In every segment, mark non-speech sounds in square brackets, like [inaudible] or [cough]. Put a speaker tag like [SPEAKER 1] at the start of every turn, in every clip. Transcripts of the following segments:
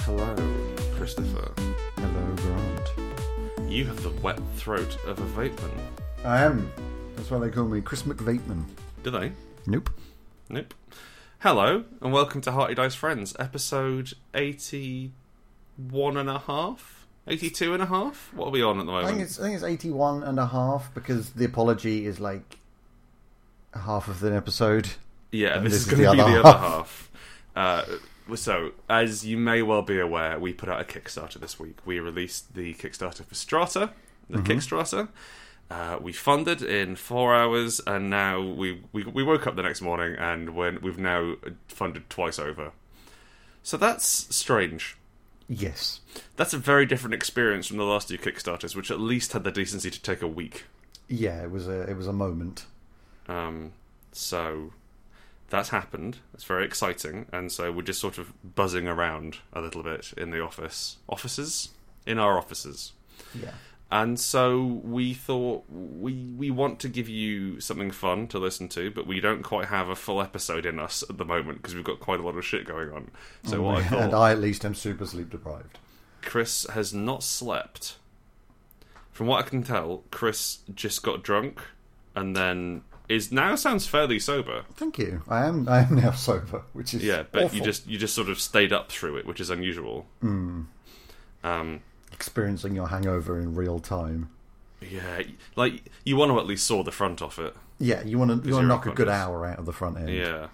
[SPEAKER 1] Hello.
[SPEAKER 2] Christopher,
[SPEAKER 1] Hello, Grant.
[SPEAKER 2] you have the wet throat of a vapeman.
[SPEAKER 1] I am. That's why they call me Chris McVateman.
[SPEAKER 2] Do they?
[SPEAKER 1] Nope.
[SPEAKER 2] Nope. Hello, and welcome to Hearty Dice Friends, episode 81 and a half? 82 and a half? What are we on at the
[SPEAKER 1] I think
[SPEAKER 2] moment?
[SPEAKER 1] it's I think it's 81 and a half because the apology is like half of the episode.
[SPEAKER 2] Yeah,
[SPEAKER 1] and
[SPEAKER 2] this,
[SPEAKER 1] this
[SPEAKER 2] is
[SPEAKER 1] is
[SPEAKER 2] going to
[SPEAKER 1] the
[SPEAKER 2] be
[SPEAKER 1] other
[SPEAKER 2] the other half. Uh, so, as you may well be aware, we put out a Kickstarter this week. We released the Kickstarter for Strata, the
[SPEAKER 1] Mm-hmm.
[SPEAKER 2] Kickstarter. Uh, we funded in four hours, and now we, we we woke up the next morning, and when we've now funded twice over. So that's strange.
[SPEAKER 1] Yes.
[SPEAKER 2] That's a very different experience from the last two Kickstarters, which at least had the decency to take a week.
[SPEAKER 1] Yeah, it was a it was a moment.
[SPEAKER 2] Um, so that's happened. It's very exciting, and so we're just sort of buzzing around a little bit in the office, offices, in our offices.
[SPEAKER 1] Yeah.
[SPEAKER 2] And so we thought we we want to give you something fun to listen to, but we don't quite have a full episode in us at the moment because we've got quite a lot of shit going on. So what I
[SPEAKER 1] and
[SPEAKER 2] thought,
[SPEAKER 1] I at least am super sleep deprived.
[SPEAKER 2] Chris has not slept. From what I can tell, Chris just got drunk and then is now sounds fairly sober.
[SPEAKER 1] Thank you. I am I am now [laughs] sober, which is
[SPEAKER 2] Yeah, but you
[SPEAKER 1] awful. Hmm.
[SPEAKER 2] just you just sort of stayed up through it, which is unusual. Um,
[SPEAKER 1] experiencing your hangover in real time.
[SPEAKER 2] yeah, like you want to at least saw the front off it.
[SPEAKER 1] Yeah, you want to you want
[SPEAKER 2] you're
[SPEAKER 1] to knock a good
[SPEAKER 2] unconscious.
[SPEAKER 1] hour out of the front end.
[SPEAKER 2] Yeah.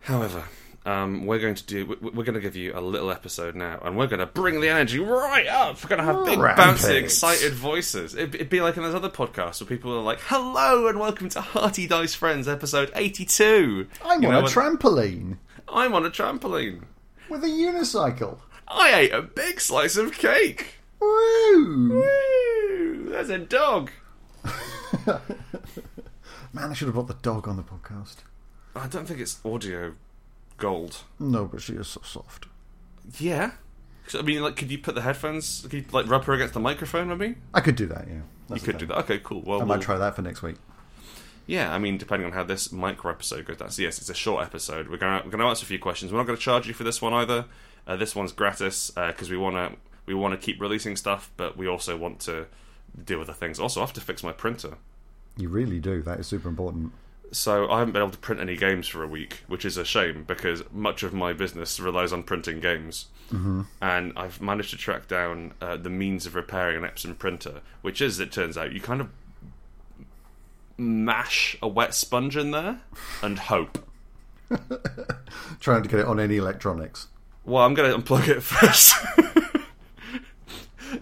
[SPEAKER 2] However, um, we're going to do we- we're going to give you a little episode now, and we're going to bring the energy right up. We're going to have big,
[SPEAKER 1] Rampage.
[SPEAKER 2] bouncy, excited voices. It'd, it'd be like in those other podcasts where people are like, "Hello and welcome to Hearty Dice Friends, episode 82."
[SPEAKER 1] I'm
[SPEAKER 2] You
[SPEAKER 1] on
[SPEAKER 2] know,
[SPEAKER 1] a
[SPEAKER 2] and
[SPEAKER 1] trampoline
[SPEAKER 2] I'm on a trampoline.
[SPEAKER 1] with a unicycle.
[SPEAKER 2] I ate a big slice of cake.
[SPEAKER 1] Woo!
[SPEAKER 2] Woo! There's a dog.
[SPEAKER 1] Man, I should have brought the dog on the podcast.
[SPEAKER 2] I don't think it's audio gold.
[SPEAKER 1] No, but she is so soft.
[SPEAKER 2] Yeah. So, I mean, like, could you put the headphones? Could you like rub her against the microphone? Maybe
[SPEAKER 1] I could do that, yeah.
[SPEAKER 2] you could do that. Okay, cool. Well,
[SPEAKER 1] I
[SPEAKER 2] we'll-
[SPEAKER 1] might try that for next week.
[SPEAKER 2] yeah. I mean, depending on how this micro episode goes, that's yes, it's a short episode. We're gonna we're gonna answer a few questions. We're not gonna charge you for this one either. Uh, this one's gratis because we wanna we wanna keep releasing stuff, but we also want to do other things. Also, I have to fix my printer.
[SPEAKER 1] You really do. That is super important.
[SPEAKER 2] So I haven't been able to print any games for a week, which is a shame because much of my business relies on printing games. Mm-hmm. And I've managed to track down uh, the means of repairing an Epson printer, which is, it turns out, you kind of mash a wet sponge in there and hope.
[SPEAKER 1] Trying to get it on any electronics.
[SPEAKER 2] Well, I'm going to unplug it [laughs] first.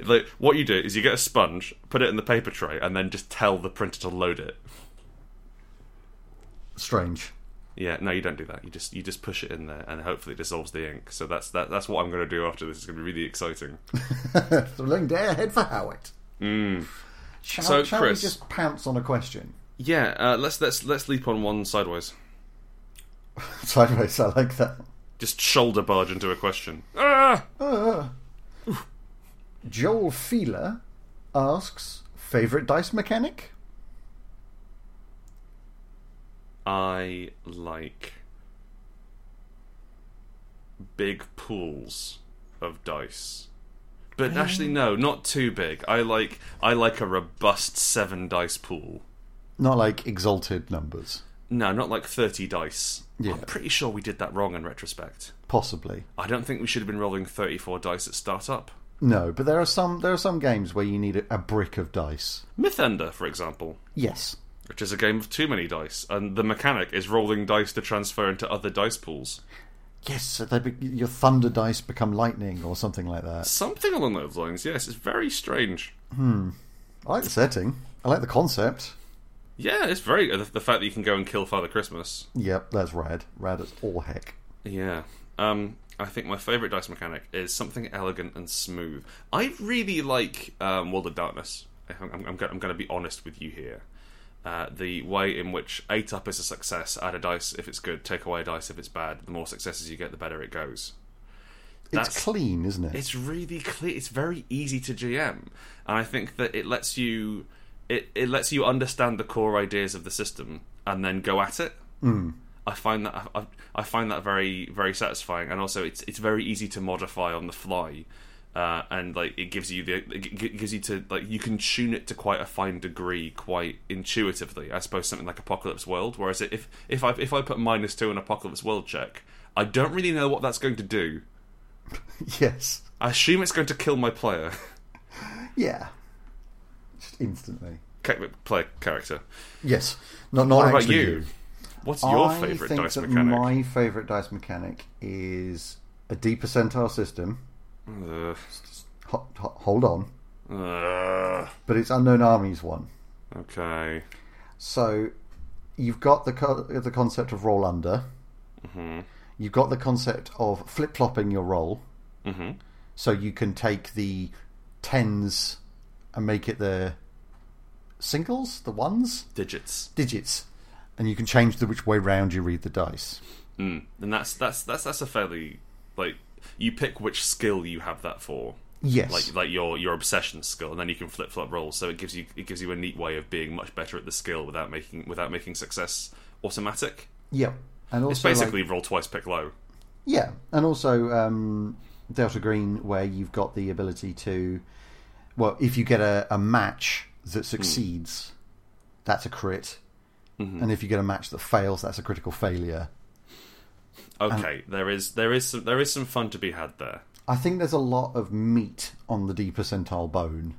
[SPEAKER 2] like, what you do is you get a sponge, put it in the paper tray, and then just tell the printer to load it.
[SPEAKER 1] Strange. [laughs]
[SPEAKER 2] Yeah, no, you don't do that. You just you just push it in there, and hopefully it dissolves the ink. So that's that, that's what I'm going to do after this. It's going to be really exciting.
[SPEAKER 1] Thrilling day ahead for Howard. Shall,
[SPEAKER 2] Mm. So,
[SPEAKER 1] shall
[SPEAKER 2] Chris-
[SPEAKER 1] we just pounce on a question?
[SPEAKER 2] [laughs]
[SPEAKER 1] [laughs]
[SPEAKER 2] Yeah, uh, let's let's let's leap on one sideways.
[SPEAKER 1] Sideways, I like that.
[SPEAKER 2] Just shoulder barge into a question. Ah!
[SPEAKER 1] Joel Feeler asks, favourite dice mechanic?
[SPEAKER 2] I like big pools of dice, but actually no, not too big. I like I like a robust seven dice pool.
[SPEAKER 1] Not like exalted numbers.
[SPEAKER 2] No, not like thirty dice.
[SPEAKER 1] Yeah.
[SPEAKER 2] I'm pretty sure we did that wrong in retrospect.
[SPEAKER 1] Possibly.
[SPEAKER 2] I don't think we should have been rolling 34 dice at startup.
[SPEAKER 1] No, but there are some there are some games where you need a, a brick of dice.
[SPEAKER 2] Mythender, for example,
[SPEAKER 1] Yes.
[SPEAKER 2] which is a game of too many dice, and the mechanic is rolling dice to transfer into other dice pools.
[SPEAKER 1] Yes, so they be, your thunder dice become lightning or something like that.
[SPEAKER 2] Something along those lines, yes, it's very strange.
[SPEAKER 1] I like the setting. I like the concept.
[SPEAKER 2] Yeah, it's very. The, the fact that you can go and kill Father Christmas.
[SPEAKER 1] Yep, that's rad. Rad as all heck.
[SPEAKER 2] Yeah. Um, I think my favourite dice mechanic is something elegant and smooth. I really like um, World of Darkness. I'm, I'm, I'm going to be honest with you here. Uh, the way in which eight up is a success, add a dice if it's good, take away a dice if it's bad. The more successes you get, the better it goes. That's-
[SPEAKER 1] It's clean, isn't it?
[SPEAKER 2] It's really clear. It's very easy to GM, and I think that it lets you it, it lets you understand the core ideas of the system and then go at it. I find that I, I find that very very satisfying, and also it's it's very easy to modify on the fly, uh, and like it gives you the it gi- gives you to like you can tune it to quite a fine degree, quite intuitively. I suppose something like Apocalypse World, whereas if if I if I put minus two in Apocalypse World check, I don't really know what that's going to do.
[SPEAKER 1] [laughs] Yes.
[SPEAKER 2] I assume it's going to kill my player. [laughs]
[SPEAKER 1] Yeah. Just instantly.
[SPEAKER 2] Ca- player character.
[SPEAKER 1] Yes. Not not
[SPEAKER 2] What about
[SPEAKER 1] actually
[SPEAKER 2] you? What's your
[SPEAKER 1] I
[SPEAKER 2] favorite
[SPEAKER 1] think
[SPEAKER 2] dice
[SPEAKER 1] that
[SPEAKER 2] mechanic?
[SPEAKER 1] My favourite dice mechanic is a D percentile system.
[SPEAKER 2] Ugh.
[SPEAKER 1] Ho- ho- hold on,
[SPEAKER 2] Ugh.
[SPEAKER 1] but it's unknown armies one.
[SPEAKER 2] okay.
[SPEAKER 1] So you've got the co- the concept of roll under.
[SPEAKER 2] Mm-hmm.
[SPEAKER 1] You've got the concept of flip flopping your roll,
[SPEAKER 2] hmm
[SPEAKER 1] so you can take the tens and make it the singles, the ones,
[SPEAKER 2] Digits.
[SPEAKER 1] digits, and you can change the which way round you read the dice.
[SPEAKER 2] Mm. And that's that's that's that's a fairly like you pick which skill you have that for.
[SPEAKER 1] Yes,
[SPEAKER 2] Like like your your obsession skill, and then you can flip flop rolls. So it gives you it gives you a neat way of being much better at the skill without making without making success automatic.
[SPEAKER 1] yep. And also
[SPEAKER 2] It's
[SPEAKER 1] like-
[SPEAKER 2] basically roll twice, pick low.
[SPEAKER 1] Yeah, and also um, Delta Green, where you've got the ability to, well, if you get a, a match
[SPEAKER 2] Hmm.
[SPEAKER 1] that succeeds, that's a crit,
[SPEAKER 2] Mm-hmm.
[SPEAKER 1] and if you get a match that fails, that's a critical failure.
[SPEAKER 2] Okay,
[SPEAKER 1] Um,
[SPEAKER 2] there is there is some there is some fun to be had there.
[SPEAKER 1] I think there's a lot of meat on the D percentile bone.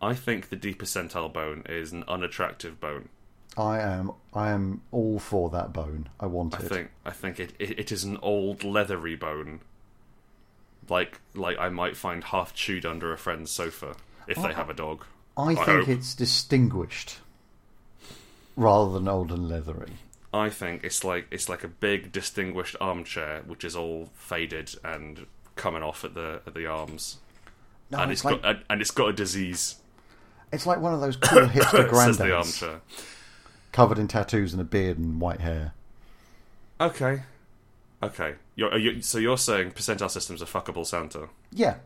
[SPEAKER 2] I think the D percentile bone is an unattractive bone.
[SPEAKER 1] I am, I am all for that bone. I want
[SPEAKER 2] I
[SPEAKER 1] it.
[SPEAKER 2] think I think it, it it is an old leathery bone. Like like I might find half chewed under a friend's sofa if they have a dog.
[SPEAKER 1] I think
[SPEAKER 2] hope.
[SPEAKER 1] it's distinguished rather than old and leathery.
[SPEAKER 2] I think it's like it's like a big distinguished armchair which is all faded and coming off at the at the arms.
[SPEAKER 1] No,
[SPEAKER 2] and
[SPEAKER 1] it's
[SPEAKER 2] it's
[SPEAKER 1] like
[SPEAKER 2] got and, and it's got a disease
[SPEAKER 1] it's like one of
[SPEAKER 2] [coughs]
[SPEAKER 1] those cool hipster
[SPEAKER 2] says the
[SPEAKER 1] granddads
[SPEAKER 2] armchair.
[SPEAKER 1] covered in tattoos and a beard and white hair.
[SPEAKER 2] Okay. Okay. You're, are you, so you're saying percentile systems are fuckable Santa.
[SPEAKER 1] Yeah,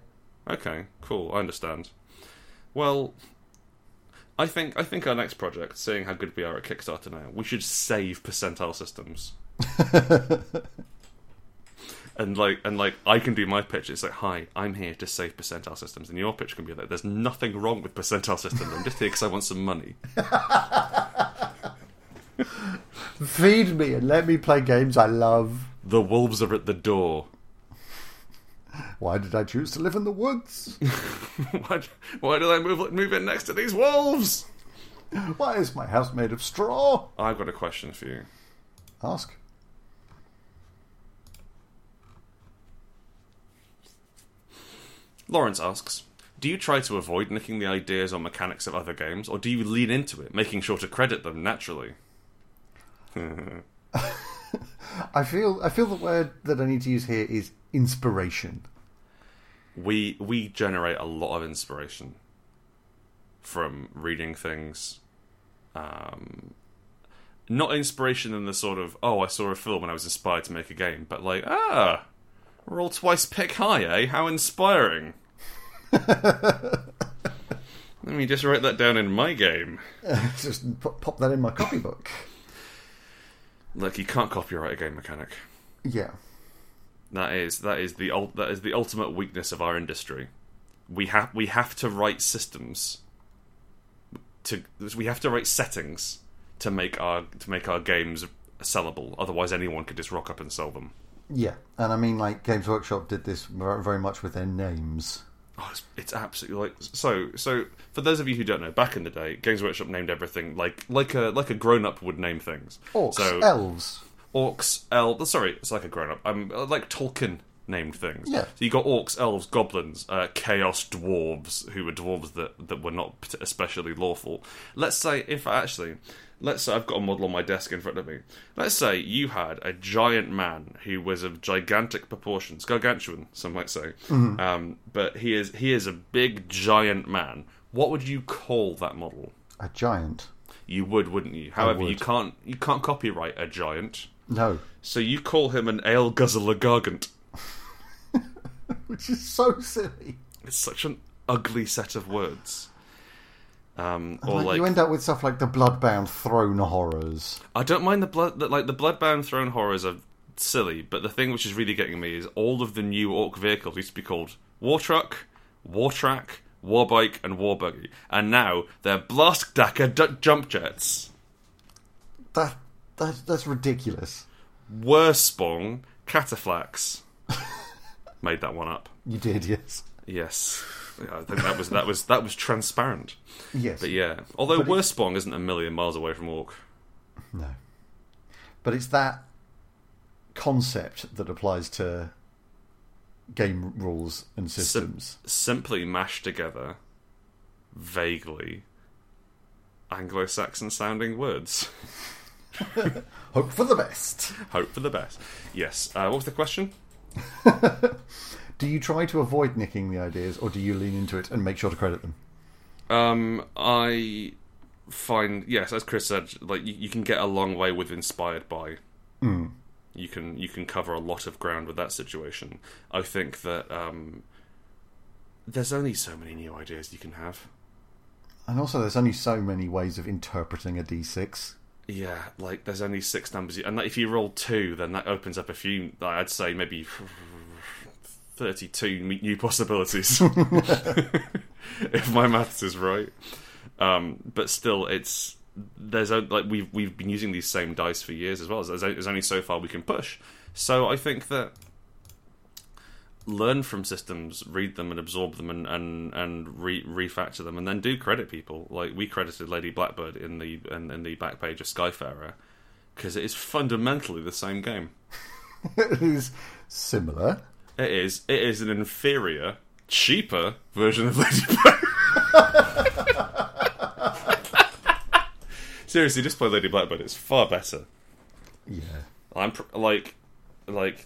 [SPEAKER 2] Okay, cool. I understand. Well, I think I think our next project, seeing how good we are at Kickstarter now, we should save percentile systems. and like and like I can do my pitch. It's like, "Hi, I'm here to save percentile systems." And your pitch can be like, "There's nothing wrong with percentile systems. I'm just here because I want some money."
[SPEAKER 1] Feed me and let me play games I love.
[SPEAKER 2] The wolves are at the door. [laughs]
[SPEAKER 1] Why did I choose to live in the [laughs] woods?
[SPEAKER 2] why, why do I move move in next to these wolves?
[SPEAKER 1] Why is my house made of straw?
[SPEAKER 2] I've got a question for you.
[SPEAKER 1] Ask.
[SPEAKER 2] Lawrence asks, do you try to avoid nicking the ideas or mechanics of other games, or do you lean into it, making sure to credit them naturally?
[SPEAKER 1] I feel I feel the word that I need to use here is [laughs] inspiration.
[SPEAKER 2] We we generate a lot of inspiration from reading things. Um, not inspiration in the sort of oh I saw a film and I was inspired to make a game, but like ah, roll twice, pick high, eh? How inspiring! Let me just write that down in my game.
[SPEAKER 1] Just pop, pop that in my copybook.
[SPEAKER 2] Look, you can't copyright a game mechanic.
[SPEAKER 1] Yeah.
[SPEAKER 2] That is that is the ul- that is the ultimate weakness of our industry. We have we have to write systems to we have to write settings to make our to make our games sellable. Otherwise, anyone could just rock up and sell them.
[SPEAKER 1] Yeah. And I mean like Games Workshop did this ver- very much with their names.
[SPEAKER 2] Oh, it's, it's absolutely like so. So for those of you who don't know, back in the day, Games Workshop named everything like like a like a grown up would name things.
[SPEAKER 1] Orcs,
[SPEAKER 2] so
[SPEAKER 1] elves.
[SPEAKER 2] orcs, elves. Sorry, it's like a grown up. I'm uh, like Tolkien named things.
[SPEAKER 1] Yeah.
[SPEAKER 2] So you got orcs, elves, goblins, uh, chaos dwarves, who were dwarves that that were not pat- especially lawful. Let's say, if actually, let's say I've got a model on my desk in front of me. Let's say you had a giant man who was of gigantic proportions, gargantuan, some might say.
[SPEAKER 1] Mm-hmm.
[SPEAKER 2] Um, but he is he is a big giant man. What would you call that model?
[SPEAKER 1] A giant.
[SPEAKER 2] You would, wouldn't you? However, you
[SPEAKER 1] would.
[SPEAKER 2] can't you can't copyright a giant.
[SPEAKER 1] [laughs] No.
[SPEAKER 2] So you call him an ale guzzler gargant.
[SPEAKER 1] Which is so silly.
[SPEAKER 2] It's such an ugly set of words. Um,
[SPEAKER 1] And,
[SPEAKER 2] or
[SPEAKER 1] like,
[SPEAKER 2] like,
[SPEAKER 1] you end up with stuff like the Bloodbound Throne horrors.
[SPEAKER 2] I don't mind the blood that like the Bloodbound Throne horrors are silly, but the thing which is really getting me is all of the new orc vehicles used to be called War Truck, War Track, War Bike, and War Buggy, and now they're Blast Dacker d- jump jets.
[SPEAKER 1] That, that that's ridiculous.
[SPEAKER 2] Worspong,
[SPEAKER 1] [laughs]
[SPEAKER 2] Cataflax. Made that one up.
[SPEAKER 1] You did, yes,
[SPEAKER 2] Yes, Yeah, I think that was that was that was transparent.
[SPEAKER 1] yes,
[SPEAKER 2] But yeah, although
[SPEAKER 1] But it-
[SPEAKER 2] Worspong isn't a million miles away from orc.
[SPEAKER 1] no. But it's that concept that applies to game rules and systems.
[SPEAKER 2] simply mashed together vaguely Anglo-Saxon sounding words. [laughs]
[SPEAKER 1] Hope for the best.
[SPEAKER 2] Hope for the best. Yes. Uh, what was the question?
[SPEAKER 1] Do you try to avoid nicking the ideas, or do you lean into it and make sure to credit them?
[SPEAKER 2] Um, I find yes, as Chris said, like you, you can get a long way with inspired by. You can you can cover a lot of ground with that situation. I think that um, there's only so many new ideas you can have.
[SPEAKER 1] And also, there's only so many ways of interpreting a d6.
[SPEAKER 2] Yeah, like there's only six numbers, you- and like, if you roll two, then that opens up a few. like, I'd say maybe [sighs] thirty-two m- new possibilities, [laughs] if my maths is right. Um, but still, it's there's o- like we've we've been using these same dice for years as well. There's, o- there's only so far we can push. So I think that learn from systems, read them, and absorb them, and and and re- refactor them, and then do credit people. Like we credited Lady Blackbird in the in, in the back page of Skyfarer because it is fundamentally the same game.
[SPEAKER 1] [laughs] it is similar.
[SPEAKER 2] It is it is an inferior, cheaper version of Lady Blackbird. [laughs] Seriously, just play Lady Blackbird. It's far better.
[SPEAKER 1] Yeah.
[SPEAKER 2] I'm pr- like, like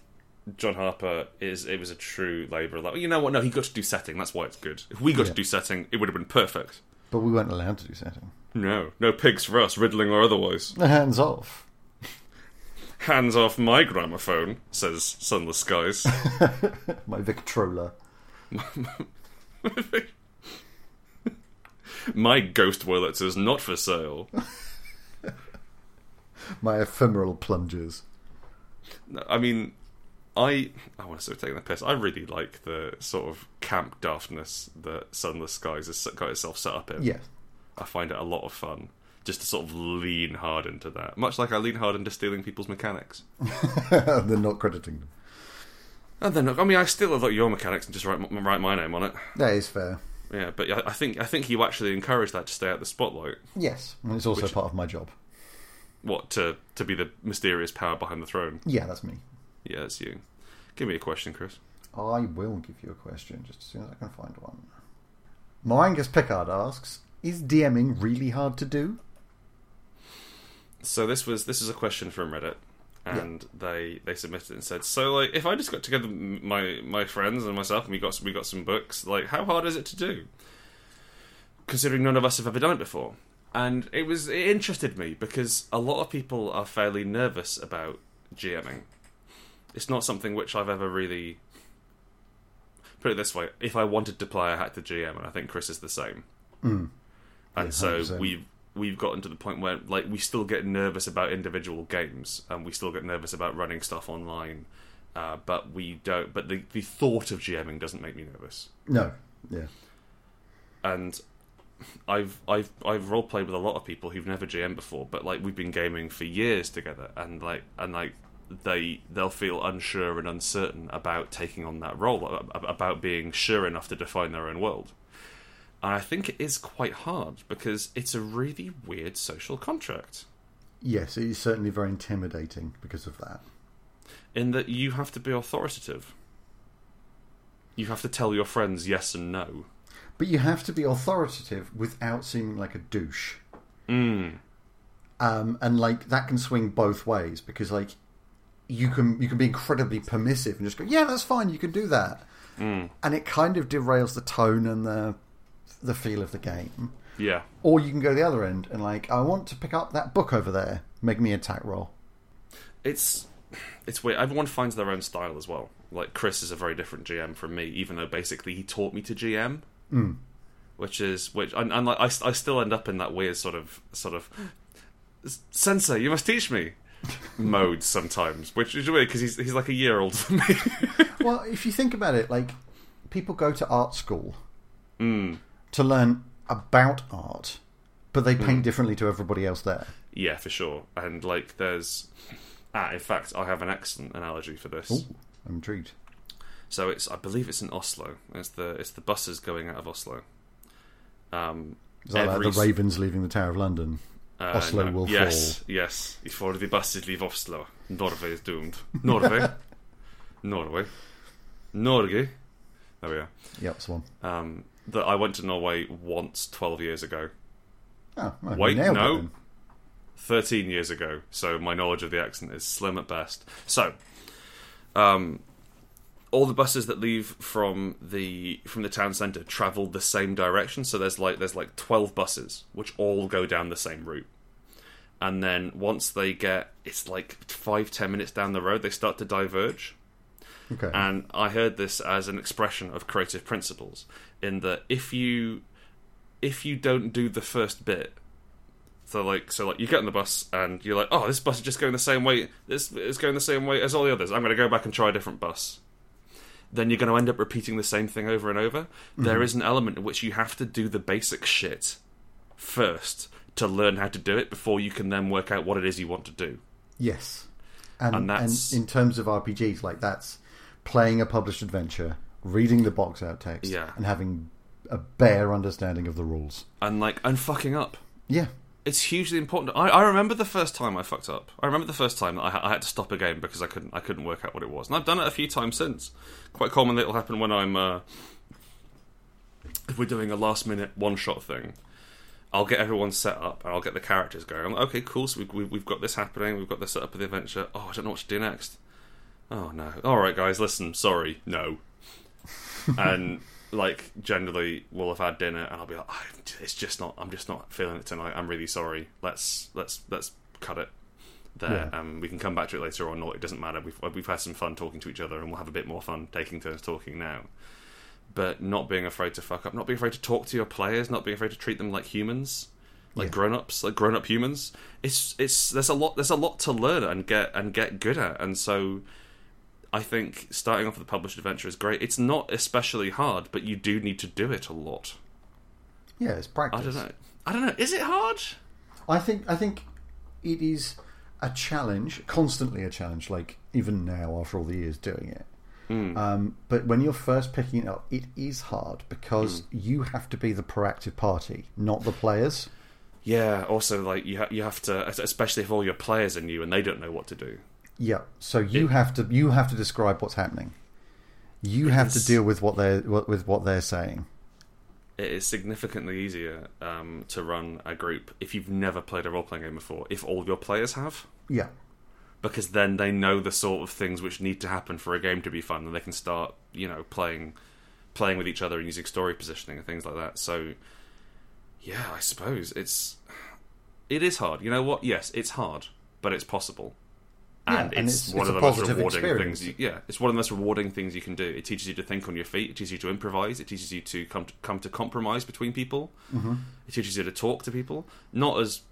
[SPEAKER 2] John Harper is. It was a true labour. of love. you know what? No, he got to do setting. That's why it's good. If we got to
[SPEAKER 1] Yeah.
[SPEAKER 2] do setting, it would have been perfect.
[SPEAKER 1] But we weren't allowed to do setting.
[SPEAKER 2] No, no pigs for us, riddling or otherwise.
[SPEAKER 1] Hands off.
[SPEAKER 2] Hands off my gramophone, says Sunless Skies.
[SPEAKER 1] My Victrola.
[SPEAKER 2] my ghost Wurlitz is not for sale.
[SPEAKER 1] My ephemeral plungers.
[SPEAKER 2] No, I mean, I I want to sort of take the piss. I really like the sort of camp daftness that Sunless Skies has got itself set up in.
[SPEAKER 1] Yeah.
[SPEAKER 2] I find it a lot of fun just to sort of lean hard into that, much like I lean hard into stealing people's mechanics.
[SPEAKER 1] [laughs] and then not crediting them.
[SPEAKER 2] And then, I mean, I steal a lot of your mechanics and just write m- write my name on it.
[SPEAKER 1] That is fair.
[SPEAKER 2] Yeah, but I I think I think you actually encourage that to stay out the spotlight.
[SPEAKER 1] Yes. And it's also part of my job.
[SPEAKER 2] What to to be the mysterious power behind the throne?
[SPEAKER 1] Yeah, that's me.
[SPEAKER 2] Yeah, it's you. Give me a question, Chris.
[SPEAKER 1] I will give you a question just as soon as I can find one. Morangus Pickard asks Is DMing really hard to do?
[SPEAKER 2] So this was this is a question from Reddit, and they they submitted it and said, so like if I just got together m- my my friends and myself and we got we got some books, like how hard is it to do? Considering none of us have ever done it before, and it was it interested me because a lot of people are fairly nervous about GMing. It's not something which I've ever really. Put it this way: if I wanted to play, I had to GM, and I think Chris is the same. And
[SPEAKER 1] Yeah,
[SPEAKER 2] so
[SPEAKER 1] 100%.
[SPEAKER 2] we've we've gotten to the point where like we still get nervous about individual games, and we still get nervous about running stuff online. Uh, but we don't. But the the thought of GMing doesn't make me nervous
[SPEAKER 1] No. Yeah.
[SPEAKER 2] and I've I've I've role played with a lot of people who've never GM before, but like we've been gaming for years together, and like and like they they'll feel unsure and uncertain about taking on that role, ab- ab- about being sure enough to define their own world. And I think it is quite hard because it's a really weird social contract
[SPEAKER 1] Yes, it is certainly very intimidating because of that.
[SPEAKER 2] in that you have to be authoritative. You have to tell your friends yes and no.
[SPEAKER 1] But you have to be authoritative without seeming like a douche.
[SPEAKER 2] Mm.
[SPEAKER 1] um, and like that can swing both ways because like you can you can be incredibly permissive and just go yeah that's fine you can do that and it kind of derails the tone and the the feel of the game
[SPEAKER 2] Yeah.
[SPEAKER 1] or you can go the other end and like I want to pick up that book over there make me a attack roll
[SPEAKER 2] it's it's weird. Everyone finds their own style as well. Like Chris is a very different GM from me, even though basically he taught me to GM. which is which and, and like, I, I still end up in that weird sort of sort of sensor you must teach me mode sometimes which is weird because he's, he's like a year older than me [laughs]
[SPEAKER 1] Well, if you think about it, like people go to art school
[SPEAKER 2] Mm.
[SPEAKER 1] to learn about art, but they
[SPEAKER 2] Hmm.
[SPEAKER 1] paint differently to everybody else there.
[SPEAKER 2] yeah for sure and like there's ah in fact i have an accent analogy for this
[SPEAKER 1] I'm intrigued.
[SPEAKER 2] So it's I believe it's in Oslo. It's the it's the buses going out of Oslo. Um,
[SPEAKER 1] Is that
[SPEAKER 2] every
[SPEAKER 1] like the
[SPEAKER 2] s-
[SPEAKER 1] ravens leaving the Tower of London?
[SPEAKER 2] uh,
[SPEAKER 1] Oslo will
[SPEAKER 2] yes, Yes, Before the buses leave Oslo, Norway is doomed.
[SPEAKER 1] [laughs]
[SPEAKER 2] Norway, Norway, Norge. There we are.
[SPEAKER 1] Yep, that's the one.
[SPEAKER 2] Um, that I went to Norway once twelve years ago,
[SPEAKER 1] Oh, well, you
[SPEAKER 2] Wait,
[SPEAKER 1] nailed it
[SPEAKER 2] no.
[SPEAKER 1] then.
[SPEAKER 2] thirteen years ago. So my knowledge of the accent is slim at best. So, um, all the buses that leave from the from the town centre travel the same direction. So there's like there's like twelve buses which all go down the same route. And then once they get it's like five ten minutes down the road, they start to diverge.
[SPEAKER 1] Okay.
[SPEAKER 2] And I heard this as an expression of creative principles, in that if you if you don't do the first bit, so like so like you get on the bus and you're like, oh, this bus is just going the same way. This is going the same way as all the others. I'm going to go back and try a different bus. Then you're going to end up repeating the same thing over and over. There is an element in which you have to do the basic shit first to learn how to do it before you can then work out what it is you want to do.
[SPEAKER 1] yes. And,
[SPEAKER 2] and
[SPEAKER 1] and,
[SPEAKER 2] that's-
[SPEAKER 1] in terms of RPGs, like that's playing a published adventure, reading the box out text,
[SPEAKER 2] Yeah.
[SPEAKER 1] and having a bare understanding of the rules.
[SPEAKER 2] And like and fucking up.
[SPEAKER 1] Yeah.
[SPEAKER 2] it's hugely important. I, I remember the first time I fucked up. I remember the first time that I, ha- I had to stop a game because I couldn't I couldn't work out what it was, and I've done it a few times since. Quite commonly, it'll happen when I'm uh, if we're doing a last minute one shot thing. I'll get everyone set up and I'll get the characters going. I'm like, okay, cool. So we, we, we've got this happening. We've got the setup of the adventure. Oh, I don't know what to do next. Oh no. All right, guys, listen. Sorry,
[SPEAKER 1] [laughs]
[SPEAKER 2] no. and like generally we'll have had dinner and I'll be like "I- it's just not I'm just not feeling it tonight I'm really sorry let's let's let's cut it there
[SPEAKER 1] Yeah.
[SPEAKER 2] um, we can come back to it later or not it doesn't matter we've we've had some fun talking to each other and we'll have a bit more fun taking turns talking now but not being afraid to fuck up not being afraid to talk to your players not being afraid to treat them like humans like
[SPEAKER 1] Yeah.
[SPEAKER 2] grown-ups like grown-up humans it's it's there's a lot there's a lot to learn and get and get good at and so I think starting off with a published adventure is great. It's not especially hard, but you do need to do it a lot.
[SPEAKER 1] Yeah, it's
[SPEAKER 2] I don't
[SPEAKER 1] practice.
[SPEAKER 2] know. I don't know. Is it hard?
[SPEAKER 1] I think I think it is a challenge, constantly a challenge. Like even now, after all the years doing it. Um, but when you're first picking it up, it is hard because you have to be the proactive party, not the players.
[SPEAKER 2] Yeah. Also, like you ha- you have to, especially if all your players are new and they don't know what to do.
[SPEAKER 1] Yeah. So you have to you have to describe what's happening. You have to
[SPEAKER 2] is-
[SPEAKER 1] deal with what they're what, with what they're saying.
[SPEAKER 2] It is significantly easier um, to run a group if you've never played a role playing game before. If all your players have,
[SPEAKER 1] Yeah.
[SPEAKER 2] because then they know the sort of things which need to happen for a game to be fun, and they can start, you know, playing, playing with each other and using story positioning and things like that. So, yeah, I suppose it's, it is hard. You know what? Yes, it's hard, but it's possible,
[SPEAKER 1] Yeah,
[SPEAKER 2] and,
[SPEAKER 1] and
[SPEAKER 2] it's,
[SPEAKER 1] it's-
[SPEAKER 2] one
[SPEAKER 1] it's
[SPEAKER 2] of the
[SPEAKER 1] a
[SPEAKER 2] most
[SPEAKER 1] positive
[SPEAKER 2] rewarding
[SPEAKER 1] experience.
[SPEAKER 2] things. You, yeah, it's one of the most rewarding things you can do. It teaches you to think on your feet. It teaches you to improvise. It teaches you to come to, come to compromise between people.
[SPEAKER 1] Mm-hmm.
[SPEAKER 2] It teaches you to talk to people, not as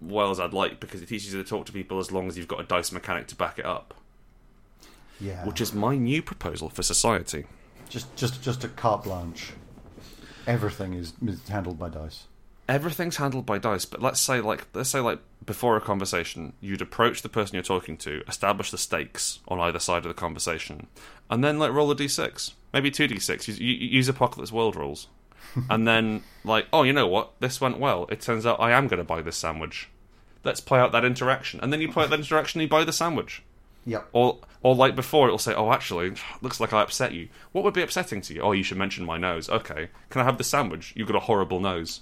[SPEAKER 2] well as I'd like, because it teaches you to talk to people as long as you've got a dice mechanic to back it up,
[SPEAKER 1] Yeah.
[SPEAKER 2] which is my new proposal for society.
[SPEAKER 1] just just just a carte blanche. Everything is, is handled by dice.
[SPEAKER 2] Everything's handled by dice, but let's say like let's say like before a conversation, you'd approach the person you're talking to, establish the stakes on either side of the conversation, and then like roll a d6, maybe two d6. Use, you- you use apocalypse world rules, and then like oh you know what this went well. It turns out I am going to buy this sandwich. Let's play out that interaction, and then you play out that interaction, and you buy the sandwich.
[SPEAKER 1] Yep.
[SPEAKER 2] Or, or like before, it'll say, "Oh, actually, [sighs] looks like I upset you." What would be upsetting to you? Oh, you should mention my nose. Okay, can I have the sandwich? You've got a horrible nose.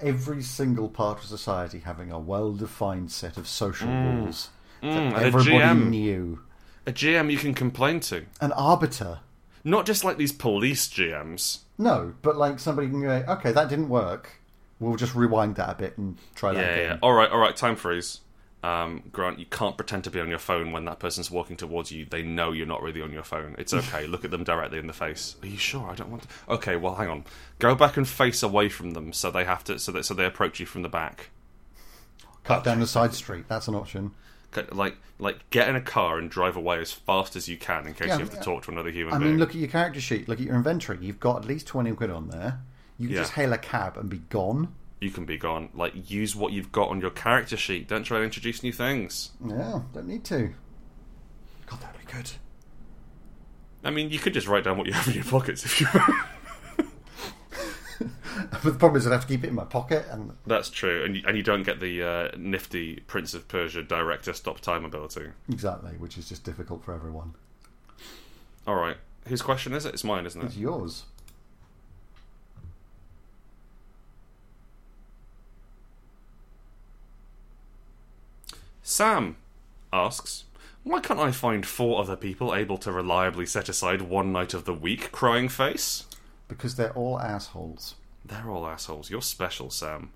[SPEAKER 1] every single part of society having a well-defined set of social rules
[SPEAKER 2] Mm,
[SPEAKER 1] that
[SPEAKER 2] and a
[SPEAKER 1] everybody
[SPEAKER 2] GM.
[SPEAKER 1] knew.
[SPEAKER 2] A GM you can complain to,
[SPEAKER 1] An arbiter,
[SPEAKER 2] not just like these police GMs.
[SPEAKER 1] no, but like somebody can go, okay, that didn't work. We'll just rewind that a bit and try that
[SPEAKER 2] Yeah, yeah.
[SPEAKER 1] again.
[SPEAKER 2] yeah. All right, all right. Time freeze. Um, Grant, you can't pretend to be on your phone when that person's walking towards you. They know you're not really on your phone.
[SPEAKER 1] [laughs]
[SPEAKER 2] It's okay. Look at them directly in the face. Are you sure? I don't want. To... Okay, well, hang on. Go back and face away from them so they have to so that so they approach you from the back.
[SPEAKER 1] Cut down the side street. That's an option.
[SPEAKER 2] Ca- Like like get in a car and drive away as fast as you can in case
[SPEAKER 1] Yeah,
[SPEAKER 2] you have to
[SPEAKER 1] yeah.
[SPEAKER 2] talk to another human
[SPEAKER 1] I
[SPEAKER 2] being.
[SPEAKER 1] mean, look at your character sheet. Look at your inventory. You've got at least twenty quid on there. You can
[SPEAKER 2] Yeah.
[SPEAKER 1] just hail a cab and be gone.
[SPEAKER 2] you can be gone. Like use what you've got on your character sheet. Don't try to introduce new things.
[SPEAKER 1] Yeah, don't need to. God, that'd be good. [laughs]
[SPEAKER 2] I mean, you could just write down what you [laughs] have in your pockets if you.
[SPEAKER 1] but the problem is, I'd have to keep it in my pocket, and
[SPEAKER 2] That's true, and you, and you don't get the uh, nifty Prince of Persia direct desktop time ability.
[SPEAKER 1] exactly, which is just difficult for everyone.
[SPEAKER 2] All right, whose question is it? It's mine, isn't it?
[SPEAKER 1] It's yours.
[SPEAKER 2] Sam asks, "Why can't I find four other people able to reliably set aside one night of the week?" Crying face.
[SPEAKER 1] Because they're all assholes.
[SPEAKER 2] They're all assholes. You're special, Sam.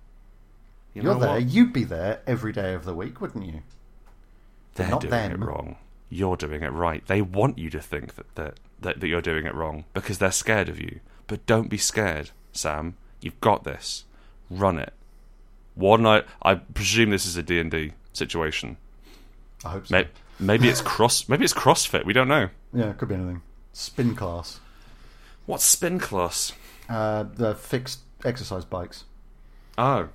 [SPEAKER 2] You
[SPEAKER 1] You're
[SPEAKER 2] know
[SPEAKER 1] there.
[SPEAKER 2] what?
[SPEAKER 1] You'd be there every day of the week, wouldn't you?
[SPEAKER 2] They're
[SPEAKER 1] not
[SPEAKER 2] doing it
[SPEAKER 1] them.
[SPEAKER 2] wrong. You're doing it right. They want you to think that, that, that, that you're doing it wrong because they're scared of you. But don't be scared, Sam. You've got this. Run it. One night, I presume this is a D&D situation.
[SPEAKER 1] I hope so.
[SPEAKER 2] Maybe, maybe it's cross. Maybe it's CrossFit. We don't know.
[SPEAKER 1] Yeah, it could be anything. Spin class.
[SPEAKER 2] What's spin class?
[SPEAKER 1] Uh, the fixed exercise bikes.
[SPEAKER 2] Oh,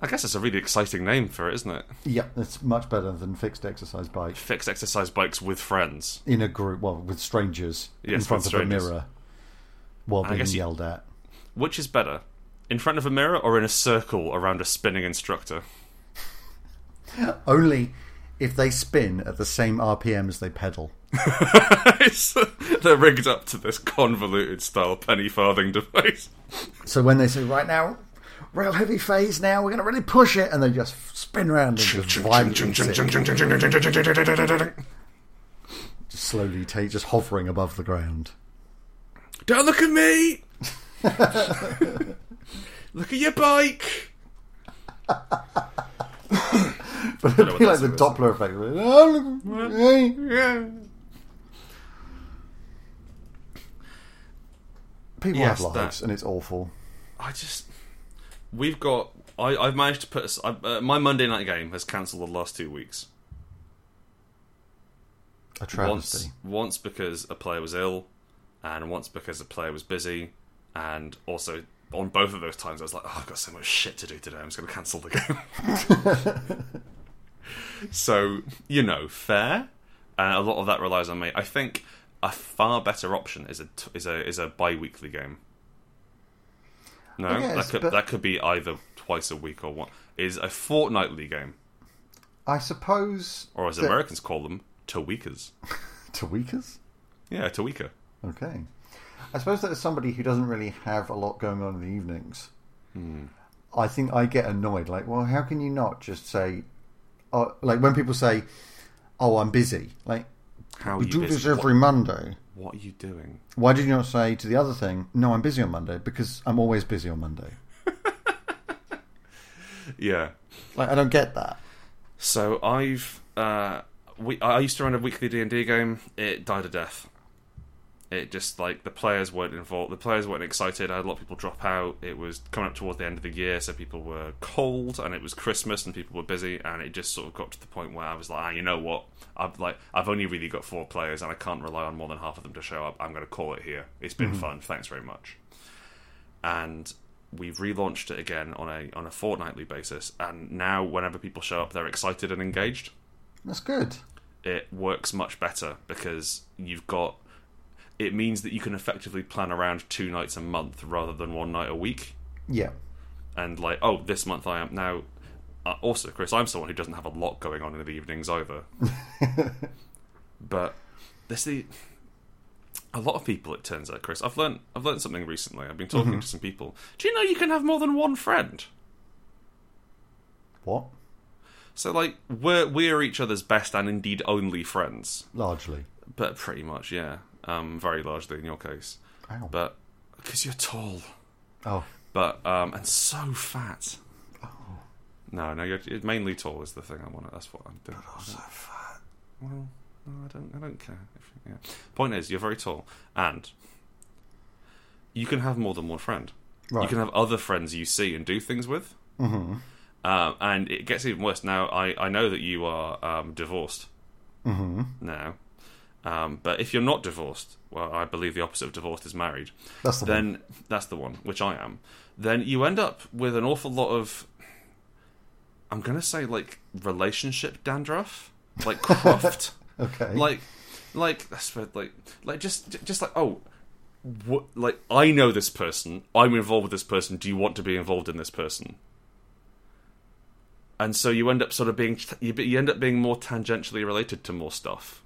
[SPEAKER 2] I guess it's a really exciting name for it, isn't it?
[SPEAKER 1] Yep, that's much better than fixed exercise bike.
[SPEAKER 2] Fixed exercise bikes with friends.
[SPEAKER 1] In a group, well, with strangers in
[SPEAKER 2] Yes,
[SPEAKER 1] front
[SPEAKER 2] with
[SPEAKER 1] of
[SPEAKER 2] strangers.
[SPEAKER 1] a mirror while
[SPEAKER 2] I
[SPEAKER 1] being
[SPEAKER 2] guess you-
[SPEAKER 1] yelled at.
[SPEAKER 2] Which is better, in front of a mirror or in a circle around a spinning instructor?
[SPEAKER 1] Only if they spin at the same RPM as they pedal.
[SPEAKER 2] [laughs] It's- They're rigged up to this convoluted style penny farthing device.
[SPEAKER 1] So when they say, right now, real heavy phase now, we're going to really push it, and they just spin around and just violently sit,
[SPEAKER 2] Don't
[SPEAKER 1] just slowly take, just hovering above the ground.
[SPEAKER 2] look at
[SPEAKER 1] [laughs]
[SPEAKER 2] me! look at your
[SPEAKER 1] [laughs]
[SPEAKER 2] bike!
[SPEAKER 1] But it'd
[SPEAKER 2] what that
[SPEAKER 1] be like the
[SPEAKER 2] sort
[SPEAKER 1] Doppler effect. Oh, look, hey.
[SPEAKER 2] Yeah.
[SPEAKER 1] People
[SPEAKER 2] Yes,
[SPEAKER 1] have lives,
[SPEAKER 2] that-
[SPEAKER 1] and it's awful.
[SPEAKER 2] I just. We've got. I, I've managed to put. as- I, uh, my Monday night game has cancelled the last two weeks.
[SPEAKER 1] A
[SPEAKER 2] Once,
[SPEAKER 1] travesty.
[SPEAKER 2] once because a player was ill, and once because a player was busy, and also on both of those times I was like, oh, I've got so much shit to do today, I'm just going to cancel the game. [laughs] so, you know, fair. And a lot of that relies on me. I think a far better option is a t- is a is a bi-weekly game. No,
[SPEAKER 1] I guess,
[SPEAKER 2] that could
[SPEAKER 1] but-
[SPEAKER 2] that could be either twice a week or one. Is a fortnightly game,
[SPEAKER 1] I suppose.
[SPEAKER 2] or as
[SPEAKER 1] that-
[SPEAKER 2] Americans call them, Tawikas.
[SPEAKER 1] To weakers?
[SPEAKER 2] Yeah, Tawika.
[SPEAKER 1] Okay. I suppose that as somebody who doesn't really have a lot going on in the evenings,
[SPEAKER 2] Hmm.
[SPEAKER 1] I think I get annoyed. Like, well, how can you not just say, oh, like when people say, "Oh, I'm busy," like
[SPEAKER 2] How
[SPEAKER 1] we
[SPEAKER 2] you
[SPEAKER 1] do
[SPEAKER 2] busy?
[SPEAKER 1] this every Monday.
[SPEAKER 2] What are you doing?
[SPEAKER 1] Why did you not say to the other thing, "No, I'm busy on Monday," because I'm always busy on Monday.
[SPEAKER 2] Yeah.
[SPEAKER 1] Like, I don't get that.
[SPEAKER 2] So I've uh, we I used to run a weekly D and D game. It died a death. It just like the players weren't involved. The players weren't excited. I had a lot of people drop out. It was coming up towards the end of the year, so people were cold, and it was Christmas, and people were busy, and it just sort of got to the point where I was like, ah, you know what? I've like I've only really got four players, and I can't rely on more than half of them to show up. I'm going to call it here. It's been fun. Thanks very much. and we've relaunched it again on a on a fortnightly basis and now whenever people show up they're excited and engaged
[SPEAKER 1] That's good.
[SPEAKER 2] it works much better because you've got it means that you can effectively plan around two nights a month rather than one night a week
[SPEAKER 1] Yeah.
[SPEAKER 2] and like oh this month i am now uh, also chris i'm someone who doesn't have a lot going on in the evenings either but this the a lot of people it turns out chris i've learned i've learned something recently i've been talking to some people do you know you can have more than one friend
[SPEAKER 1] What?
[SPEAKER 2] so like we're we're each other's best and indeed only friends
[SPEAKER 1] Largely.
[SPEAKER 2] but pretty much yeah um very largely in your case
[SPEAKER 1] Ow.
[SPEAKER 2] but because you're tall
[SPEAKER 1] oh.
[SPEAKER 2] but um and so fat No, no, you're, you're mainly tall is the thing I want. That's what I'm doing.
[SPEAKER 1] Also fat.
[SPEAKER 2] Well, no, I don't. I don't care. If, yeah. Point is, you're very tall, and you can have more than one friend. You
[SPEAKER 1] Right.
[SPEAKER 2] can have other friends you see and do things with.
[SPEAKER 1] Mm-hmm.
[SPEAKER 2] Um, and it gets even worse. Now, I, I know that you are um, divorced
[SPEAKER 1] Mm-hmm.
[SPEAKER 2] now, um, but if you're not divorced, well, I believe the opposite of divorced is married,
[SPEAKER 1] That's the one.
[SPEAKER 2] then that's the one, which I am. Then you end up with an awful lot of, I'm going to say, like, relationship dandruff, like cruft.
[SPEAKER 1] Okay.
[SPEAKER 2] like like that's what, like like just just like oh what like i know this person i'm involved with this person do you want to be involved in this person and so you end up sort of being you, be- you end up being more tangentially related to more stuff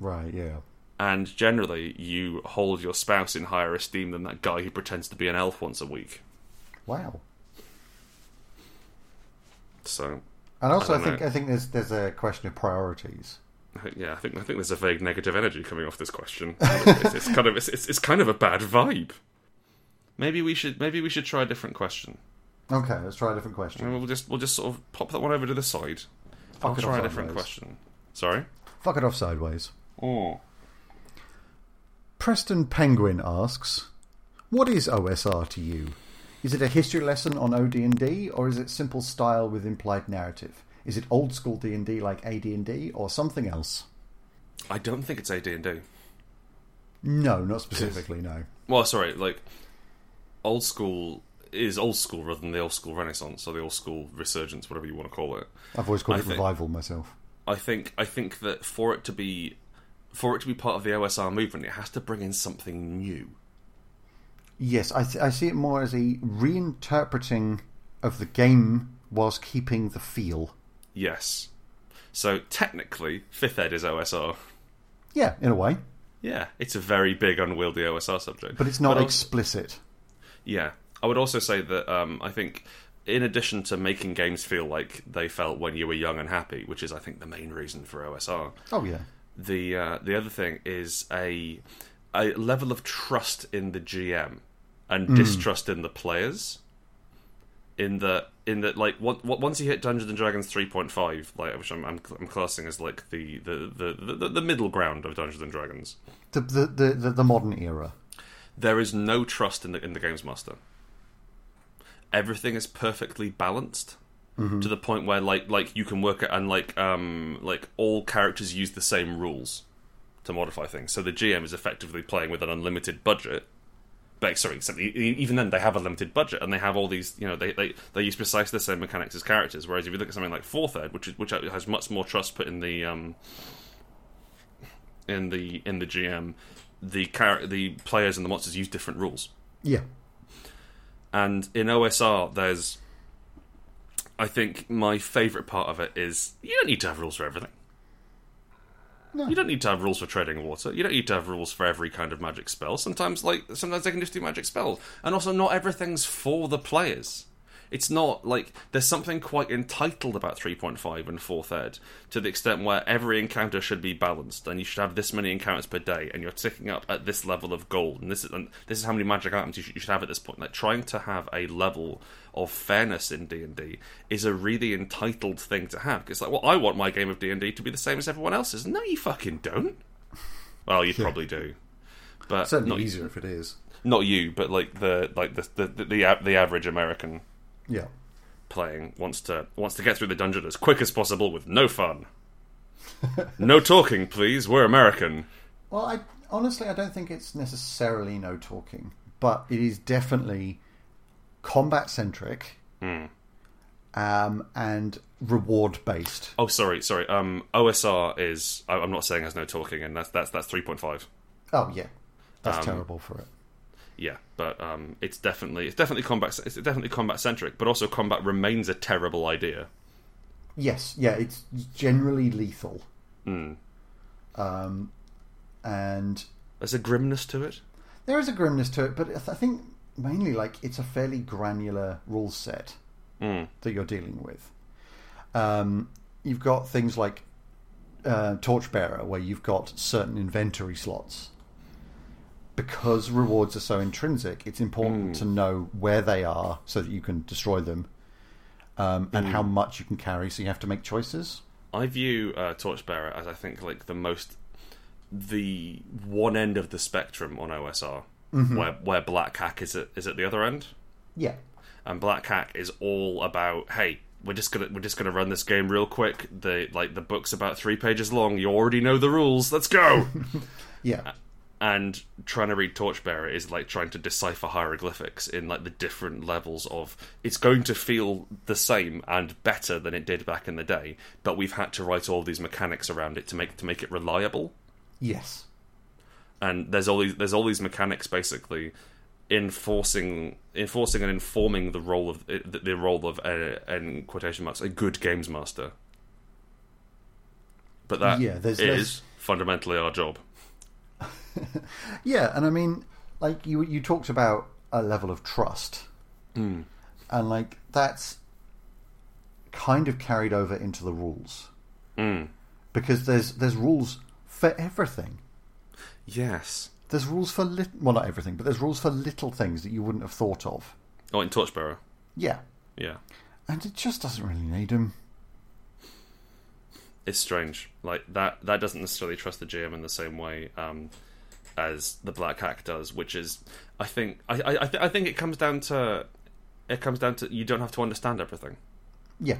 [SPEAKER 1] right. Yeah.
[SPEAKER 2] and generally you hold your spouse in higher esteem than that guy who pretends to be an elf once a week
[SPEAKER 1] Wow.
[SPEAKER 2] so
[SPEAKER 1] And also,
[SPEAKER 2] I
[SPEAKER 1] I,
[SPEAKER 2] don't
[SPEAKER 1] think
[SPEAKER 2] know.
[SPEAKER 1] I think there's there's a question of priorities.
[SPEAKER 2] I think- yeah i think i think there's a vague negative energy coming off this
[SPEAKER 1] [laughs]
[SPEAKER 2] question it's, it's kind of it's, it's, it's kind of a bad vibe maybe we should maybe we should try a different question
[SPEAKER 1] Okay, let's try a different question.
[SPEAKER 2] And we'll just we'll just sort of pop that one over to the side.
[SPEAKER 1] Fuck
[SPEAKER 2] I'll
[SPEAKER 1] it
[SPEAKER 2] try a
[SPEAKER 1] off
[SPEAKER 2] different
[SPEAKER 1] sideways.
[SPEAKER 2] question. Sorry.
[SPEAKER 1] Fuck it off sideways.
[SPEAKER 2] Oh.
[SPEAKER 1] Preston Penguin asks, "What is OSR to you? Is it a history lesson on OD&D, or is it simple style with implied narrative? Is it old school D&D like AD&D, or something else?"
[SPEAKER 2] I don't think it's AD and D.
[SPEAKER 1] No, not specifically. No.
[SPEAKER 2] Well, sorry, like old school is old school rather than the old school Renaissance or the old school Resurgence, whatever you want to call it.
[SPEAKER 1] I've always called
[SPEAKER 2] I
[SPEAKER 1] it
[SPEAKER 2] think-
[SPEAKER 1] revival myself.
[SPEAKER 2] I think I think that for it to be for it to be part of the OSR movement, it has to bring in something new.
[SPEAKER 1] Yes, I, th- I see it more as a reinterpreting of the game whilst keeping the feel.
[SPEAKER 2] Yes. So technically, fifth ed is OSR.
[SPEAKER 1] Yeah, in a way,
[SPEAKER 2] Yeah, it's a very big, unwieldy OSR subject.
[SPEAKER 1] but it's not
[SPEAKER 2] also-
[SPEAKER 1] explicit.
[SPEAKER 2] Yeah, I would also say that um, I think, in addition to making games feel like they felt when you were young and happy, which is I think the main reason for OSR,
[SPEAKER 1] Oh yeah,
[SPEAKER 2] the uh, the other thing is a a level of trust in the GM and distrust in the players. In the in that like what, what, once you hit Dungeons and Dragons three point five, like which I'm, I'm I'm classing as like the the, the, the, the the middle ground of Dungeons and Dragons,
[SPEAKER 1] the the the, the, the modern era.
[SPEAKER 2] there is no trust in the in the games master. Everything is perfectly balanced to the point where like like you can work it and like um like all characters use the same rules to modify things. So the GM is effectively playing with an unlimited budget. But sorry, except e- e- even then they have a limited budget and they have all these you know they they, they use precisely the same mechanics as characters. Whereas if you look at something like Fourth Ed, which is, which has much more trust put in the um in the in the GM, the char- the players and the monsters use different rules.
[SPEAKER 1] Yeah,
[SPEAKER 2] And in OSR, there's, I think my favourite part of it is you don't need to have rules for everything.
[SPEAKER 1] No.
[SPEAKER 2] You don't need to have rules for treading water. You don't need to have rules for every kind of magic spell. Sometimes, like sometimes they can just do magic spells, and also not everything's for the players. It's not like there's something quite entitled about 3.5 and 4th ed to the extent where every encounter should be balanced and you should have this many encounters per day and you're ticking up at this level of gold and this is and this is how many magic items you should, you should have at this point. Like trying to have a level of fairness in D&D is a really entitled thing to have. 'Cause It's like, well, I want my game of D&D to be the same as everyone else's. No, you fucking don't. Well, you probably do, but not
[SPEAKER 1] easier if it is.
[SPEAKER 2] not you, but like the like the the the, the, a- the average American
[SPEAKER 1] Yeah,
[SPEAKER 2] playing wants to wants to get through the dungeon as quick as possible with no fun. no talking, please. We're American.
[SPEAKER 1] Well, I honestly I don't think it's necessarily no talking, but it is definitely combat centric um, and reward based.
[SPEAKER 2] Oh, sorry, sorry. Um, OSR is. I, I'm not saying there's no talking, and that's that's that's 3.5.
[SPEAKER 1] Oh yeah, that's terrible for it.
[SPEAKER 2] Yeah, but um, it's definitely it's definitely combat it's definitely combat centric, but also combat remains a terrible idea.
[SPEAKER 1] Yes, yeah, it's generally lethal,
[SPEAKER 2] Mm.
[SPEAKER 1] um, and
[SPEAKER 2] There's a grimness to it.
[SPEAKER 1] there is a grimness to it, but I th- I think mainly like it's a fairly granular rule set
[SPEAKER 2] Mm.
[SPEAKER 1] that you're dealing with. Um, you've got things like uh, Torchbearer, where you've got certain inventory slots. Because rewards are so intrinsic, it's important to know where they are so that you can destroy them. um, and how much you can carry. So you have to make choices.
[SPEAKER 2] I view uh, Torchbearer as I think like the most the one end of the spectrum on OSR, where where Black Hack is at is at the other end,
[SPEAKER 1] Yeah,
[SPEAKER 2] and Black Hack is all about hey. We're just gonna we're just gonna run this game real quick. The like the book's about three pages long. You already know the rules. Let's go.
[SPEAKER 1] yeah,
[SPEAKER 2] and trying to read Torchbearer is like trying to decipher hieroglyphics in like the different levels of it's going to feel the same and better than it did back in the day, but we've had to write all these mechanics around it to make to make it reliable.
[SPEAKER 1] yes,
[SPEAKER 2] And there's all these there's all these mechanics basically enforcing enforcing and informing the role of the, the role of uh, in quotation marks a good games master. But that
[SPEAKER 1] Yeah,
[SPEAKER 2] is
[SPEAKER 1] there's- there's-
[SPEAKER 2] fundamentally our job.
[SPEAKER 1] yeah. And I mean, like you you talked about a level of trust, and like that's kind of carried over into the rules because there's there's rules for everything.
[SPEAKER 2] Yes.
[SPEAKER 1] There's rules for lit well, not everything, but there's rules for little things that you wouldn't have thought of.
[SPEAKER 2] Oh, in Torchbearer.
[SPEAKER 1] Yeah,
[SPEAKER 2] Yeah.
[SPEAKER 1] and it just doesn't really need them.
[SPEAKER 2] it's strange. Like that that doesn't necessarily trust the GM in the same way um, as the Black Hack does, which is I think I I, I, th- I think it comes down to it comes down to you don't have to understand everything,
[SPEAKER 1] Yeah,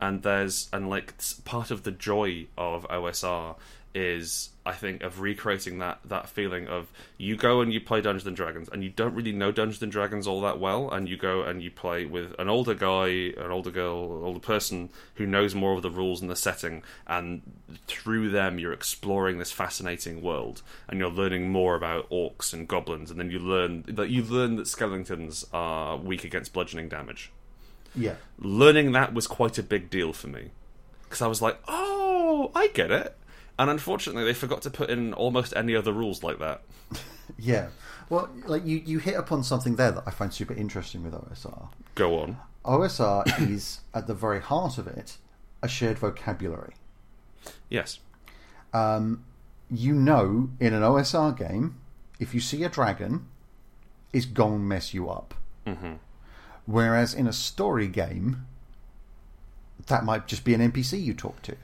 [SPEAKER 2] and there's and like s- part of the joy of OSR is I think of recreating that that feeling of you go and you play Dungeons and Dragons and you don't really know Dungeons and Dragons all that well and you go and you play with an older guy, an older girl, an older person who knows more of the rules and the setting and through them you're exploring this fascinating world and you're learning more about orcs and goblins and then you learn that you learn that skeletons are weak against bludgeoning damage
[SPEAKER 1] yeah,
[SPEAKER 2] learning that was quite a big deal for me because I was like, "Oh, I get it." And unfortunately, they forgot to put in almost any other rules like that.
[SPEAKER 1] yeah. Well, like you you hit upon something there that I find super interesting with OSR.
[SPEAKER 2] Go on.
[SPEAKER 1] OSR is at the very heart of it a shared vocabulary.
[SPEAKER 2] Yes.
[SPEAKER 1] You know, in an OSR game, if you see a dragon, it's gonna mess you up. Mm-hmm. Whereas in a story game, that might just be an NPC you talk to.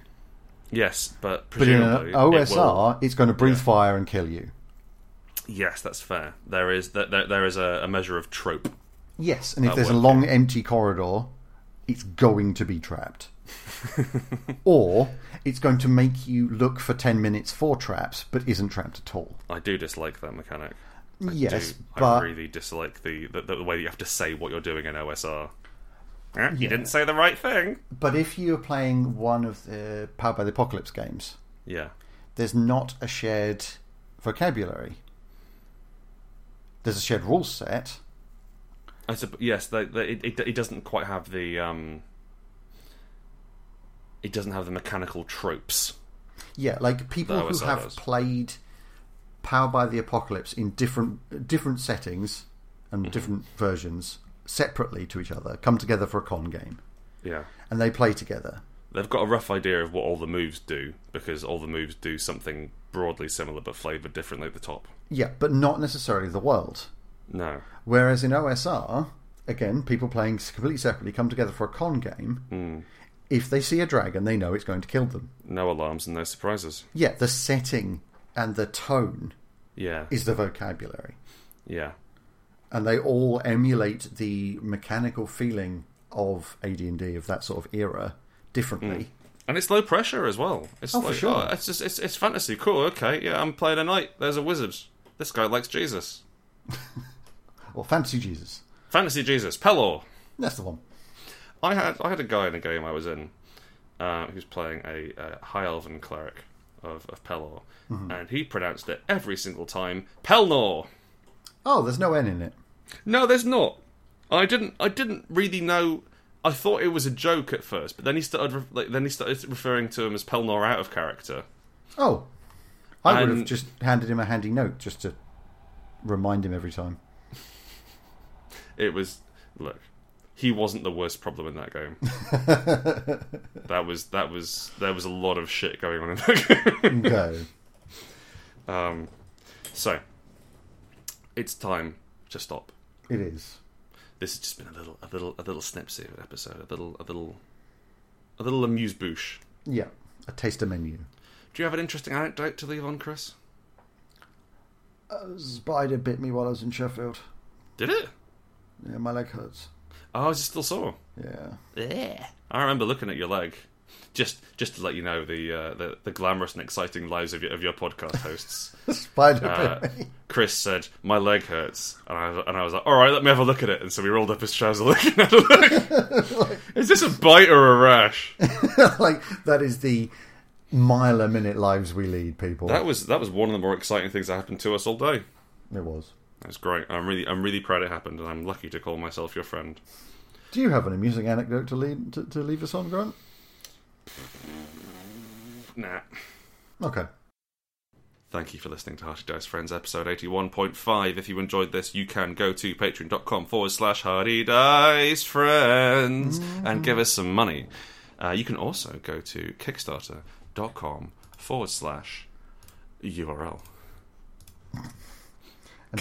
[SPEAKER 2] Yes, but
[SPEAKER 1] But in
[SPEAKER 2] presumably
[SPEAKER 1] an
[SPEAKER 2] it will-
[SPEAKER 1] OSR, it's going to breathe fire and kill you.
[SPEAKER 2] yes, that's fair. There is that there, there is a, a measure of trope.
[SPEAKER 1] Yes, and if there's a
[SPEAKER 2] would-
[SPEAKER 1] long empty corridor, it's going to be trapped. [laughs] or it's going to make you look for 10 minutes for traps, but isn't trapped at all.
[SPEAKER 2] I do dislike that mechanic.
[SPEAKER 1] yes,
[SPEAKER 2] Do. I
[SPEAKER 1] but
[SPEAKER 2] really dislike the, the the way that you have to say what you're doing in OSR. Eh, You didn't say the right thing.
[SPEAKER 1] but if you're playing one of the Powered by the Apocalypse games,
[SPEAKER 2] Yeah.
[SPEAKER 1] there's not a shared vocabulary. There's a shared rule set.
[SPEAKER 2] I supp- yes, the, the, it, it it doesn't quite have the um, it doesn't have the mechanical tropes.
[SPEAKER 1] Yeah, like people
[SPEAKER 2] The
[SPEAKER 1] who
[SPEAKER 2] OSR
[SPEAKER 1] have
[SPEAKER 2] does.
[SPEAKER 1] played Powered by the Apocalypse in different different settings and different versions separately to each other come together for a con game
[SPEAKER 2] Yeah,
[SPEAKER 1] and they play together.
[SPEAKER 2] they've got a rough idea of what all the moves do because all the moves do something broadly similar but flavored differently at the top.
[SPEAKER 1] Yeah, but not necessarily the world.
[SPEAKER 2] No,
[SPEAKER 1] Whereas in OSR, again, people playing completely separately come together for a con game. If they see a dragon, they know it's going to kill them.
[SPEAKER 2] no alarms and no surprises.
[SPEAKER 1] Yeah, the setting and the tone
[SPEAKER 2] Yeah,
[SPEAKER 1] is the vocabulary.
[SPEAKER 2] yeah,
[SPEAKER 1] and they all emulate the mechanical feeling of AD&D of that sort of era differently.
[SPEAKER 2] and it's low pressure as well. It's
[SPEAKER 1] Oh, for
[SPEAKER 2] like,
[SPEAKER 1] sure.
[SPEAKER 2] oh, it's just it's it's fantasy. Cool. Okay. Yeah, I'm playing a knight. There's a wizard. This guy likes Jesus. Hmm.
[SPEAKER 1] Or Fantasy Jesus.
[SPEAKER 2] Fantasy Jesus. Pelor.
[SPEAKER 1] That's the one.
[SPEAKER 2] I had I had a guy in a game I was in uh, who's playing a, uh high elven cleric of, of Pelor, and he pronounced it every single time Pelnor.
[SPEAKER 1] Oh, there's no N in it.
[SPEAKER 2] No, there's not. I didn't I didn't really know. I thought it was a joke at first, but then he started re- like, then he started referring to him as Pelnor out of character.
[SPEAKER 1] Oh. I would have
[SPEAKER 2] And-
[SPEAKER 1] just handed him a handy note just to remind him every
[SPEAKER 2] [laughs]
[SPEAKER 1] time.
[SPEAKER 2] It was look. He wasn't the worst problem in that game. that was that was there was a lot of shit going on in that [laughs] game.
[SPEAKER 1] Go.
[SPEAKER 2] Um, so, it's time to stop.
[SPEAKER 1] it is.
[SPEAKER 2] This has just been a little, a little, a little snipsy of an episode, a little, a little, a little amuse bouche.
[SPEAKER 1] Yeah, a taster menu.
[SPEAKER 2] Do you have an interesting anecdote to leave on, Chris?
[SPEAKER 1] A spider bit me while I was in Sheffield.
[SPEAKER 2] Did it?
[SPEAKER 1] Yeah, my leg hurts.
[SPEAKER 2] Oh, is it still sore?
[SPEAKER 1] Yeah. [laughs]
[SPEAKER 2] Yeah. I remember looking at your leg. Just, just to let you know the uh, the, the glamorous and exciting lives of your, of your podcast [laughs] hosts.
[SPEAKER 1] Spider
[SPEAKER 2] Uh,
[SPEAKER 1] bit me.
[SPEAKER 2] Chris said, "My leg hurts," and I, and I was like, "All right, let me have a look at it." And so we rolled up his trouser, looking at it. [laughs] like, Is this a bite or a rash? Ah.
[SPEAKER 1] [laughs] like, that is the mile a minute lives we lead, people.
[SPEAKER 2] That was that was one of the more exciting things that happened to us all day.
[SPEAKER 1] it was.
[SPEAKER 2] That's great. I'm really I'm really proud it happened, and I'm lucky to call myself your friend.
[SPEAKER 1] Do you have an amusing anecdote to lead to, to leave us on, Grant?
[SPEAKER 2] Nah.
[SPEAKER 1] Okay.
[SPEAKER 2] Thank you for listening to Hearty Dice Friends episode 81.5. If you enjoyed this, you can go to patreon.com forward slash Hearty Dice Friends and give us some money. Uh, you can also go to kickstarter.com forward slash URL.
[SPEAKER 1] And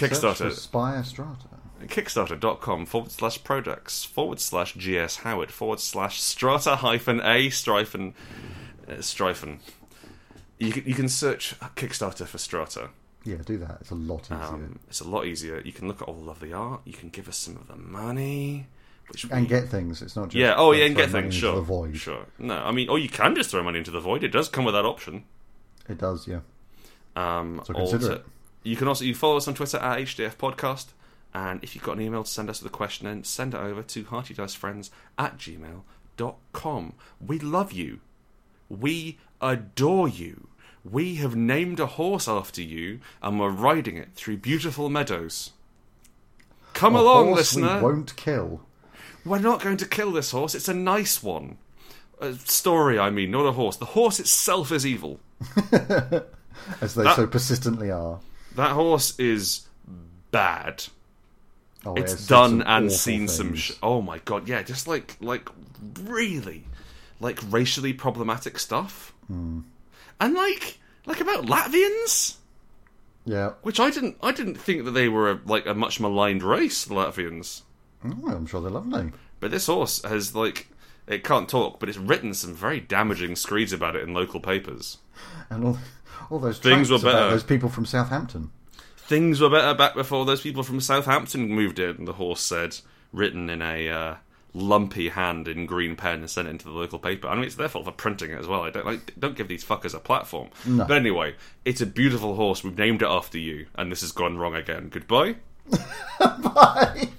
[SPEAKER 1] search
[SPEAKER 2] Kickstarter.
[SPEAKER 1] for Spire Strata.
[SPEAKER 2] Kickstarter.com forward slash products forward slash GS Howard forward slash strata hyphen A strifen uh, strifen. You can, you can search Kickstarter for strata.
[SPEAKER 1] Yeah, do that. It's a lot easier.
[SPEAKER 2] Um, it's a lot easier. You can look at all the lovely art. You can give us some of the money, which we-
[SPEAKER 1] and get things. It's not just
[SPEAKER 2] yeah, oh yeah, and
[SPEAKER 1] like, throw
[SPEAKER 2] get
[SPEAKER 1] money
[SPEAKER 2] things.
[SPEAKER 1] into
[SPEAKER 2] Sure,
[SPEAKER 1] The void.
[SPEAKER 2] sure. No, I mean, or you can just throw money into the void. It does come with that option.
[SPEAKER 1] It does. Yeah.
[SPEAKER 2] Um,
[SPEAKER 1] So consider
[SPEAKER 2] also-
[SPEAKER 1] it.
[SPEAKER 2] You can also you follow us on Twitter at HDF Podcast, and if you've got an email to send us with a question, then send it over to heartydicefriends at gmail.com. We love you. We adore you. We have named a horse after you, and we're riding it through beautiful meadows. Come
[SPEAKER 1] A
[SPEAKER 2] along,
[SPEAKER 1] horse
[SPEAKER 2] listener.
[SPEAKER 1] We won't kill.
[SPEAKER 2] We're not going to kill this horse. It's a nice one. A story, I mean, not a horse. The horse itself is evil.
[SPEAKER 1] as
[SPEAKER 2] Ah.
[SPEAKER 1] they so persistently are.
[SPEAKER 2] That horse is bad.
[SPEAKER 1] Oh,
[SPEAKER 2] It's
[SPEAKER 1] yes,
[SPEAKER 2] done
[SPEAKER 1] some awful
[SPEAKER 2] and seen some.
[SPEAKER 1] things.
[SPEAKER 2] Sh- oh my god, yeah, just like like really, like racially problematic stuff, and like like about Latvians,
[SPEAKER 1] yeah,
[SPEAKER 2] which I didn't I didn't think that they were a, like a much maligned race, the Latvians.
[SPEAKER 1] Oh, I'm sure they're lovely.
[SPEAKER 2] But this horse has like it can't talk, but it's written some very damaging screeds about it in local papers.
[SPEAKER 1] And all, all those
[SPEAKER 2] Things
[SPEAKER 1] tracts
[SPEAKER 2] were
[SPEAKER 1] about
[SPEAKER 2] better.
[SPEAKER 1] Those people from Southampton. [laughs]
[SPEAKER 2] Things were better back before those people from Southampton moved in, the horse said, written in a uh, lumpy hand in green pen and sent it into the local paper. I mean, it's their fault for printing it as well. I don't like, don't give these fuckers a platform. But anyway, it's a beautiful horse. We've named it after you, and this has gone wrong again. Goodbye.
[SPEAKER 1] Bye.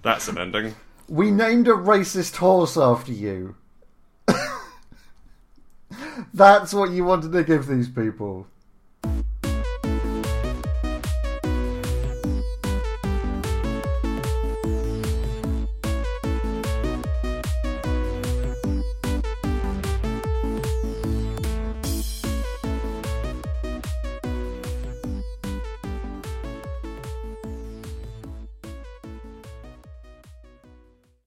[SPEAKER 2] That's an ending.
[SPEAKER 1] We named a racist horse after [laughs] you. That's what you wanted to give these people.